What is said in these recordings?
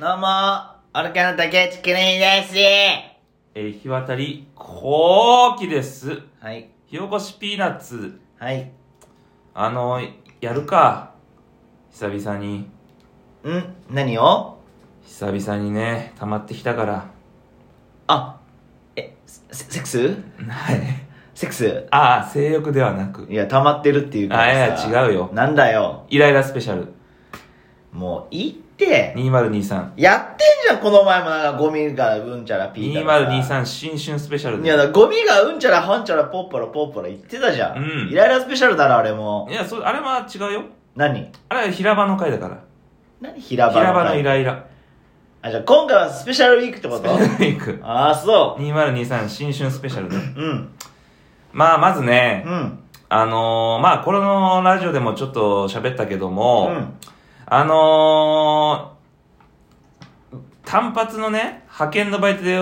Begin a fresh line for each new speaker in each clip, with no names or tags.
どうも、オルカの竹内くねいです。
えー、日渡り、後期です。
はい、
火起こしピーナッツ。
はい、
あのー、やるか。久々に。
ん何を
久々にね、溜まってきたから。
あ、え、セセックス
はい。
セックス
ああ、性欲ではなく
い。や、溜まってるっていうからさ。
あいや違うよ
なんだよ。
イライラスペシャル。
もう、いいって。
2023。
やってんじゃん、この前もなんかゴミがうんちゃらピーターがさ。
2023新春スペシャル
い
で
や、だからゴミがうんちゃらはんちゃらポッポラポッポラ言ってたじゃん。
うん
イライラスペシャルだろ、あれも
い。や、そう、あれは違うよ。
何
あれは平場の回だから。
何平場の
平場のイライラ。
あ、じゃあ今回はスペシャルウィークってこ
ス
と
ペシャルウィーク。
ああ、そ
2023新春スペシャルで。
う。うん。
まあ、まずね
う、ん。
あのー、まあ、このラジオでもちょっと喋ったけど
う
も、
ん。
あのー、単発のね、派遣のバイトで、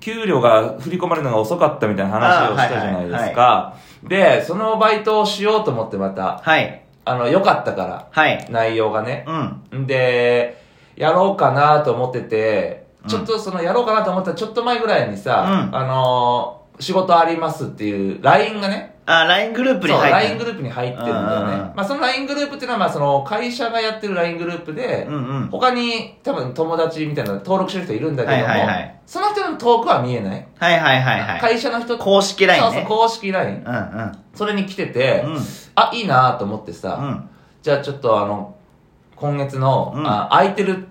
給料が振り込まれるのが遅かったみたいな話をしたじゃないですか。で、そのバイトをしようと思ってまた、
はい。
あの、良かったから、
はい。
内容がね。
うん。
んで、やろうかなと思ってて、
うん
ちょっとその、やろうかなと思ったらちょっと前ぐらいにさ、
うん
あのー、仕事ありますっていう LINE がね、
あ、LINE グループに
そう、
入
LINE
って
グ
る。
ループに入ってるんだよ
う
ね
んうんうん。
まあ、その LINE グループっていうのは、まあ、その、会社がやってる LINE グループで、
うんうん。
他に多分友達みたいな登録してる人いるんだけども、
はいはいはい
その人の遠くは見えない。
はいはいはいはい。
会社の人
公式 LINE
そうそう、
ね。
公式 LINE。
うん
それに来てて、
うん。うん。
あ、いいなと思ってさ、
うん。
じゃあちょっとあの、今月の、
うん
あ空いてる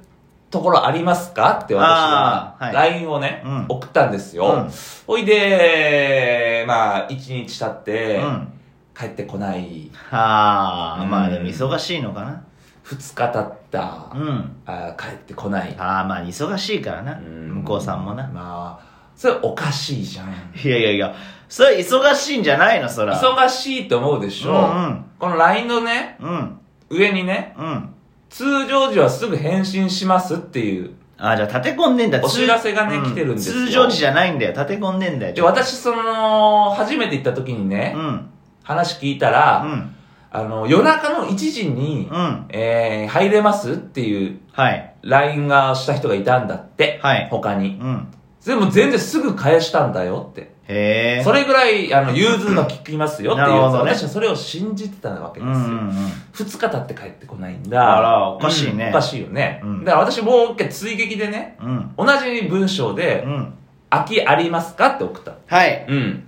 ところありますかって私
あ
は、
ーはい
LINE をね、
うん
送ったんですよ。
うん
ほいで、まあ、一日経って、
うん。
帰ってこない。
はあ、
うん
まあでも忙しいのかな。
2日経った、
うん。
あー帰ってこない
ああ、まあ忙しいからな。向こうさんもな。
まあそれおかしいじゃん
いやいやいや、それ忙しいんじゃないの、そら。
忙しいと思うでしょ、
うん
この LINE のね
うん。うん。
上にね
うん。
通常時はすぐ返信しますっていう
ああ、じゃあ立て込んでんだ。
お知らせがね
う
来てるんですよ
通常時じゃないんだよ。立て込んでんだよ。
で私その初めて行った時にね、
うん。
話聞いた
う
ら、
ん。
あの夜中の1時に、
うん。
えー、入れますっていう
はい。
LINE がした人がいたんだって、
はい
他に
うん。
でも全然すぐ返したんだよって
へえ。
それぐらい、あの、融通が効きますよっていう
なるほ
やつ、
どね
私はそれを信じてたわけ
う
で
ん
す
う
よ。
んうん。
二日経って帰ってこないんだ。
あらおかしいね
うんおかしいよね。
うん
だから私もう一回追撃でね、
うん。
同じ文章で
う、ん。
空きありますかって送った。
はい。
うん。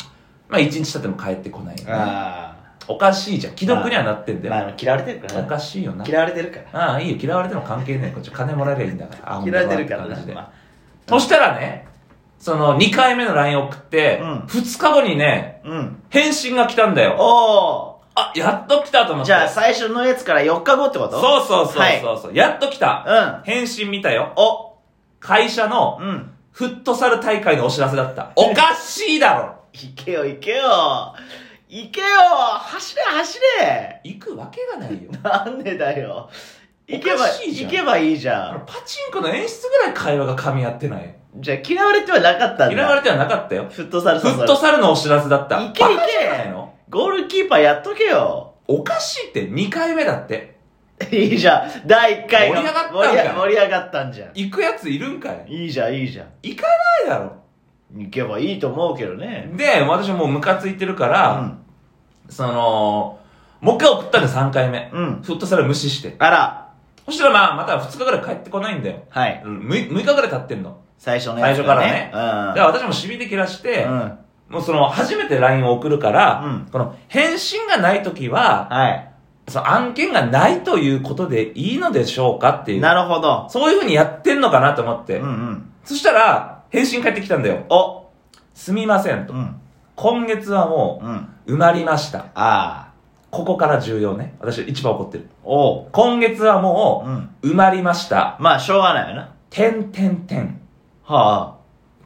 まあ一日経っても帰ってこないよね、
あ
おかしいじゃん。既読にはなってん
あ。
だよ。
まあ、嫌われてるから
お
な。
かしいよな。
嫌われてるから。
ああ、いいよ。嫌われても関係ない。こっち金もらえりゃいいんだから。あ
嫌われてるから
ほんとだって感じで
な。ま
そしたらね、その2回目の LINE 送って、
うん
2日後にね、
あうん。
返信が来たんだよ。
お
あ、やっと来たと思
ー
って。
じゃあ、最初のやつから4日後ってことう。
そうそうそうそうそう、やっと来
う
た。
ん。
返信見たよ。
お
会社の
うん。
フットサル大会のお知らせだった。おかしいだろ
行けよ、行けよ行けよ走れ、走れ
行くわけがないよ。
なんでだよ。行け
お
ば、
かしいじゃ
行
ん
けばいいじ
あ
ゃ
の、
ん。
パチンコの演出ぐらい会話が噛み合ってない。
じゃあ、嫌われてはなかったんだ。
嫌われてはなかったよ。
フットサル
フ
さ
ットサルのお知らせだった。
いけいけ
バカじゃないの
ゴールキーパーやっとけよ。
おかしいって2回目だって。
いいじゃん。第1回が
盛り上がったんじゃん
盛り上がったんじゃん。
行くやついるんかい
いいじゃん、いいじゃん。
行かないだろ。
行けばいいと思うけどね。
で、私もうムカついてるか
う
ら、
ん。
その、もう一回送ったの3回目。
うん。
フットサル無視して。
あら。
そしたらまあ、また2日ぐらい帰ってこないんだよ。
はい。
うん 6, 6日ぐらい経ってんの。
最初のやつ
最初だか
かららね。
私もしびれ切らし
う
て、
ん。うん。
もうその、初めて LINE を送るから、
うん
この、返信がない時は、
は
その案件がないということでいいのでしょうかってい
い。
う。
なるほど。
そういうふうにやってんのかなと思って。
うんうん。
そしたら、返信返ってきたんだよ。
お。
すみません
う
と。
ん。
今月はも
うん。あ
う、埋まりました。
あ。
ここから重要ね。私一番怒ってる。
おう。
今月はも
うん。
う、埋まりました。
まあ、しょうがないよな。
てんてんてん。
は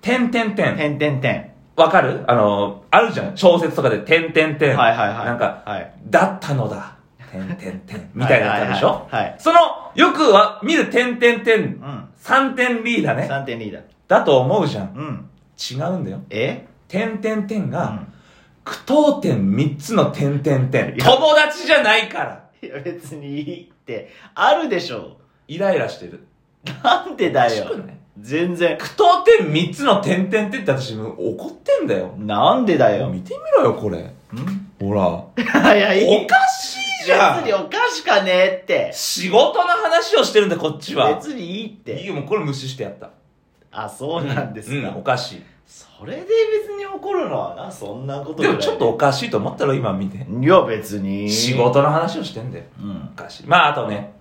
てんてんて
あ。
ん。
てんてんてん。
わかるあの、あるじゃん。小説とかで、てんてんてん。
はいはいはい。
なんか、、
はい。
だったのだ。てんてんて ん。みたいなやつあるでしょ、
はいはいはい。はい
その、よくは見るてんてんてん。3点リーダー
うん。
ね。
3点リーダー。
だと思うじゃん。
うん。
違うんだよ。
え
てんてんてん
う
が、
ん。
句読点3つのてんてんてん。
いや
友達じゃないから。
いや、別にいいって、あるでしょ。
イライラしてる。
なんでだ
おかしく
よ。
ない
全然。
句読点3つの点々点って私もう怒ってんだよ。
なんでだよ。
見てみろよ、これ。ほら。
いや、いい
お。かしいじゃん
別におかしかねえって。
仕事の話をしてるんだ、こっちは。
別にいいっ
いい
て。
よ、もうこれ無視してやった。
あ、そうなんです
うん、
か
お。かしい。
それで別に怒るのはな、そんなことぐ
で
らい
もちょっとおかしいと思ったろ、今見て。
いや、別に。
仕。事の話をしてんだよ。
うん
お。かしい。まあ、あとね、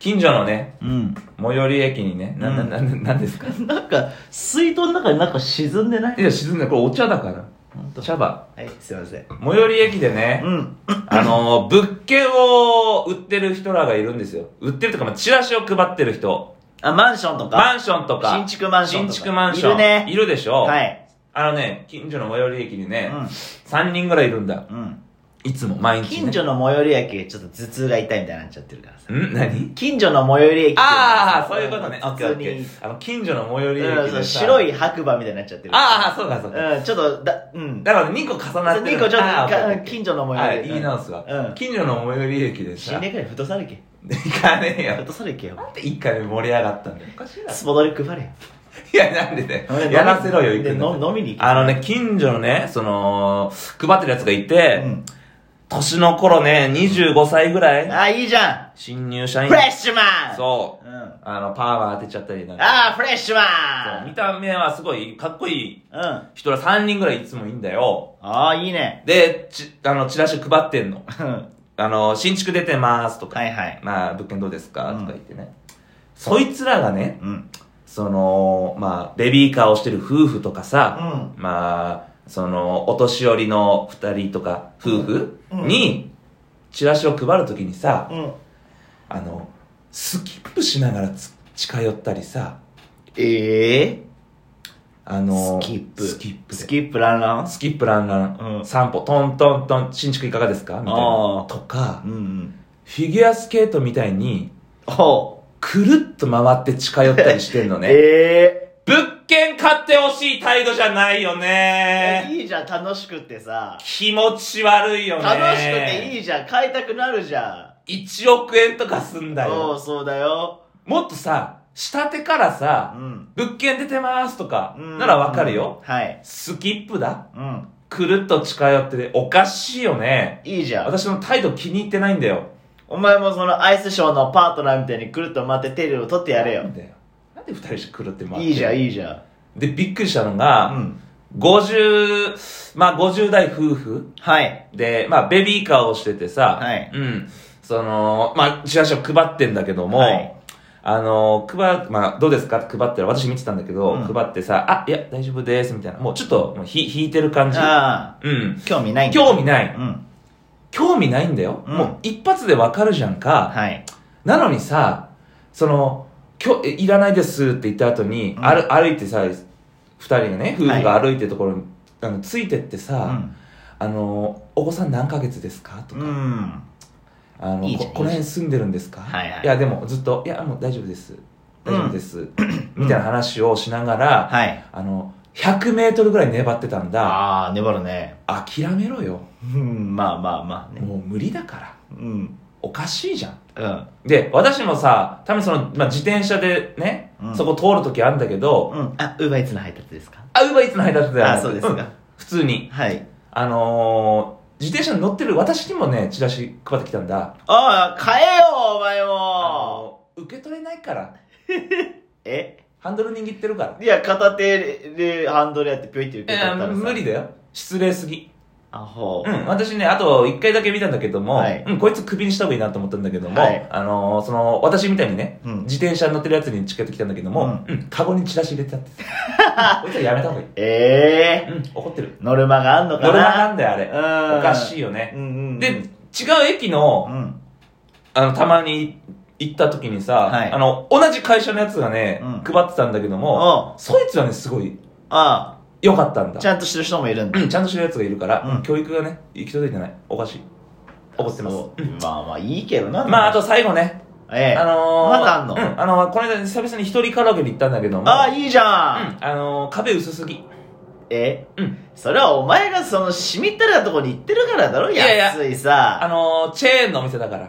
近所のね、
うん。
最寄り駅にね、な、な、
うん
な、ななんですか
なんか、水筒の中になんか沈んでない
いや、沈んでるこれお茶だから。
ほんと
茶葉。
はい、すいません。
最寄り駅でね
う、ん。
あのー、物件を売ってる人らがいるんですよ。売ってるとか、まあ、チラシを配ってる人。
あ、マンションとか。
マンションとか。
新築マンションとか
新築マンション。
いるね
いるでしょ。
はい。
あのね、近所の最寄り駅に
う
ね、
ん。
3人ぐらいいるんだ。
うん。
いつも、毎日、ね。
近所の最寄り駅、ちょっと頭痛が痛いみたいになっちゃってるからさ。
ん何
近所の最寄り駅っていのは
あ
さ
あ、そういうことね。オッケーオ
普通
ッケ
に。
ー。あの、近所の最寄り駅
うん
で
そ
さ
う白い白馬みたいになっちゃってる。
ああ、そうかそうか。
うん、ちょっと、だ、うん。
だから2個重なってる。
2個ちょっと
あー
か
オッケーオッケー
近所の
は
最寄
い、
り
言い直すわ。
うん
近所の最寄り駅で
死
さ、
ねからふとされけ。
行かねえ
ふ
よ。
とされけ
な
よ。
んで1回目盛り上がったんだよ。おかしいな。
スポドリ配れよ。
いや、なんでだよ。やらせろよ、行くんだから
で飲飲みに行け
あのね、近所のね、その、配ってるやつがいて、
うん
年の頃ね、25歳ぐらい、
あ、いいじゃん
新入社員
フ。レッシュマンう。
そう。
ん。あ
あの、パーマ当てちゃったりなんか。
あー、フレッシュマ
そう見
ン
た目はすごい、かっこいい
うん。あ
人ら3人ぐらいいつもいいんだよ。
あー、いいね。
で、ち、あの、チラシ配ってんの。
うん。は
あの、新築出てますとか、
いはい。
まあ、物件どうですか、
うん
とか言ってね。そいつらがね、
うん。
その、まあ、ベビーカーをしてる夫婦とかさ、
う
まあ、その、お年寄りの二人とか、夫婦に、チラシを配るときにさ、
ん。うん。
あの、スキップしながらつ近寄ったりさ、
ええ
あの、
スキップ
スキップで
スキップランラン
スキップランラン、
うん
散歩、トントントン、新築いかがですかみたい
あ
な
ー。
とか
う、んうん。
フィギュアスケートみたいに、
ほ
くるっと回って近寄ったりしてんの
う。
ね。
え
物件買ってほしい態度じゃないよ
え
ね。
いいじゃん、楽しくってさ。
気持ち悪いよね。
楽しくていいじゃん、買いたくなるじゃ
1億円とかすんだ
ん。お
よ。
う、そうだよ。
もっとさ、下手から
う
さ、
ん。
物件出てますとか、
うん
ならわかるよ。。
はい。
スキップだ。
うん。
くるっと近寄ってて、おかしいよね。
いいじゃん。
私の態度気に入ってないんだよ。
お前もそのアイスショーのパートナーみたいにくるっと待ってテレビを取ってやれ
な
よ
ん。だよ。なんで二人してくるって回って。
いいじゃん、
い。
いいじゃん。
で、びっくりしたのが、
ん。
50、まあ50代夫婦
はい。
で、まあ、ベビーカーをしててさ、
はい
うん。その、まあ、チラシを配ってんだけども、
はい
あの、配、まあ、どうですかって配ってる、私見てたんだけど、
うん
配ってさ、あ、いや、大丈夫です、みたいな。もうちょっと、もうひ、引いてる感じ。
あ
うん。
あ、興味ないんだ
興味ない。
うん。
興味ないんだよ。
うん
もう、一発でわかるじゃんか。
はい。
なのにさ、その、きょ、えいらないですって言った後に、
うん
ある歩いてさ、二人がね、夫婦が歩いてるところに、あのついてって
う
さ、
ん。
あの、お子さん何ヶ月ですかとか、
うん。
あの
いい
こ
じゃん
この辺住んでるんですか、
はいはい
やでもずっと「いやもう大丈夫です大丈夫です」 みたいな話をしながら、
はい。
あの100メートルぐらい粘ってたんだ
ああ、粘るね。
諦めろよ
うん、まあまあまあね。
もう無理だから
うん。
おかしいじゃん
うん。
で私もさ多分その、まあ、自転車でね、
うん
そこ通るときあるんだけど、
うん。あ、ウーバーイーツの配達ですか
あウーバーイーツの配達だよ
あそうですか
ん普通に
はい。
あのー自転車に乗ってる私にもねチラシ配ってきたんだ
ああ、買えよ、お前
あ
も。
のー受け取れないから
え
ハンドル握ってるから
いや、片手でハンドルやってぴょいって受
い
け取
や
ったらさ。
無理
で。
だよ失礼すぎ
あほう。
うん私ねあと一回だけ見たんだけども、
はい
うん、こいつクビにした方がいいなと思ったんだけども、
はい
あのーその私みたいにね、
うん
自転車に乗ってるやつに近寄ってきたんだけども、うんカゴにチラシ入れてあって こいつはやめた方がいい
ええ
うん怒ってる
ノルマがあんの
ド
かな
ルマなんだよあれ、
うん
おかしいよね、
うんうんうん。
で違う駅
う
の
ん。
あのたまに行った時にさ、
はい
あの同じ会社のやつがね、
うん
配ってたんだけども、
おう
そいつはねすごい
あ
良かったん
あ、
だ
ちゃんとしてる人もいるんだ。
うんちゃんとしてるやつがいるから、
うん
教育がね、行き届いてない。おかしい。怒ってます。
そうまあまあ、いいけどな。
まあ、あ、と最後ね、
ええ。
あの
ま
ー、
だあんの
うん、あのーこの間久々に一人カラオケに行ったんだけども、
ああ、いいじゃん。
うん、あのー壁薄すぎ。
え
うん。
それはお前がその、しみったれたとこに行ってるからだろ
いやいや
安い
あ
さ。
のーチェーンのお店だから。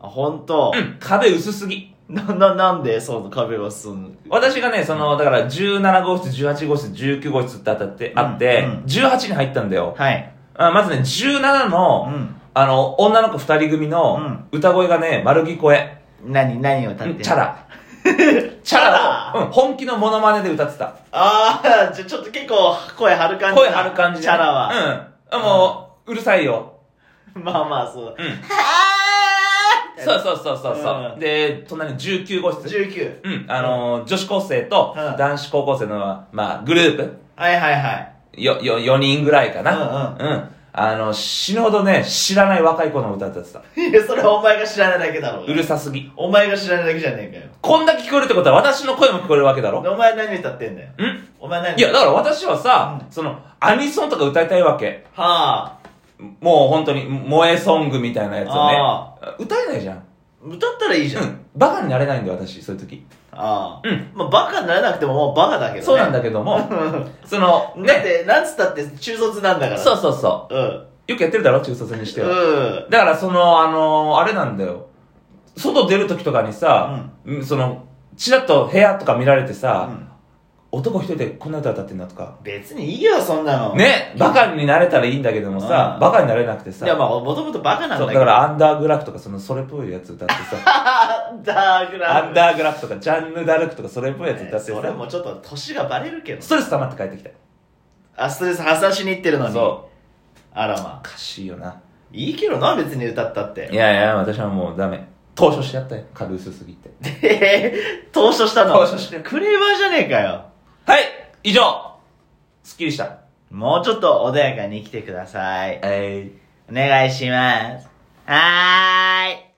あ、ほんと
う。ん、壁薄すぎ。
な、な、なんでその壁が進む
私がね、その、だから17号室、18号室、19号室って当たって、あって、
うんうん
18に入ったんだよ。
はい。
あまずね、17
う
の、
ん。
あの、女の子二人組の歌声がね、丸聞こえ。
何、何を歌っ
う
て
ん
る
チャ。 ラ。チ
チ
ャ
ャ
ラ
ラ
を、うん本気のモノマネで歌ってた。
ああ、じゃ、ちょっと結構声張る感じ。
声張る感じで
チャラは。。
うん。あもう、うるさいよ。
まあまあ、そうだ。
うん。
はー
そうそうそうそうそうう。
ん
で、隣に19号室。
19。
うん。あのー、女子高生と
うん
男子高校生の、まあ、グループ。
はいはいはい。
よ、よ、4人ぐらいかな。うん、うん。あの、死ぬほどね、知らない若い子の歌歌ってた。
いや、それはお前が知らないだけだろ
うるさすぎ。
お前が知らないだけじゃねえかよ。
こんだけ聞こえるってことは私の声も聞こえるわけだろ
お前何歌ってんだよ。
ん
お前何
いや、だから私はさ、
うん
その、アニソンとか歌いたいわけ。
はあ。
もう本当に、萌えソングみたいなやつ
あ
をね。歌えないじゃん。
歌ったらいいじゃ。
うんん。バカになれないんだよ、私、そういう時。
ああ。
うん。
まあ、バカにならなくてももうバカだけどね。
そうなんだ けども、その、
だっ
ね。
て、なんつったって中卒なんだから。。
そうそうそう
うん。
う。よくやってるだろ、中卒にしては。
うん。
だからその、あのーあれなんだよ。外出る時とかにさ、うんその、ちらっと部屋とか見られてさ、男一人でこんな歌歌ってんだとか。
別にいいよ、そんなの。。
ね、バカになれたらいいんだけどもさ
う、ん
バカになれなくて
い
さ。
や、まあ、もともとバカなんだ
そう、
け
だ
ど。
か、らアンダーグラフとかそのそれっぽいやつ歌って さ、
アンダーグラ
ア
フ。
ンダーグラフとかジャンヌ・ダルクとかそれっぽいやつ歌って
それ
さ、
もちょっと年がバレるけど
ス。トレス溜まって帰ってきた。
あ、ストレス発散しに行ってるのに。
そう。
あらまあ。
おかしいよな。
いいけどな、別に歌ったっ
い
て。
やいや、私はもうダメ。投書しちゃったよ。軽薄すぎて。
えー、 投書したの。
投書して
クレーバーじゃねえかよ。
はい以上すっきりした。
もうちょっと穏やかに生きてください。
えい。
お願いします。はーい。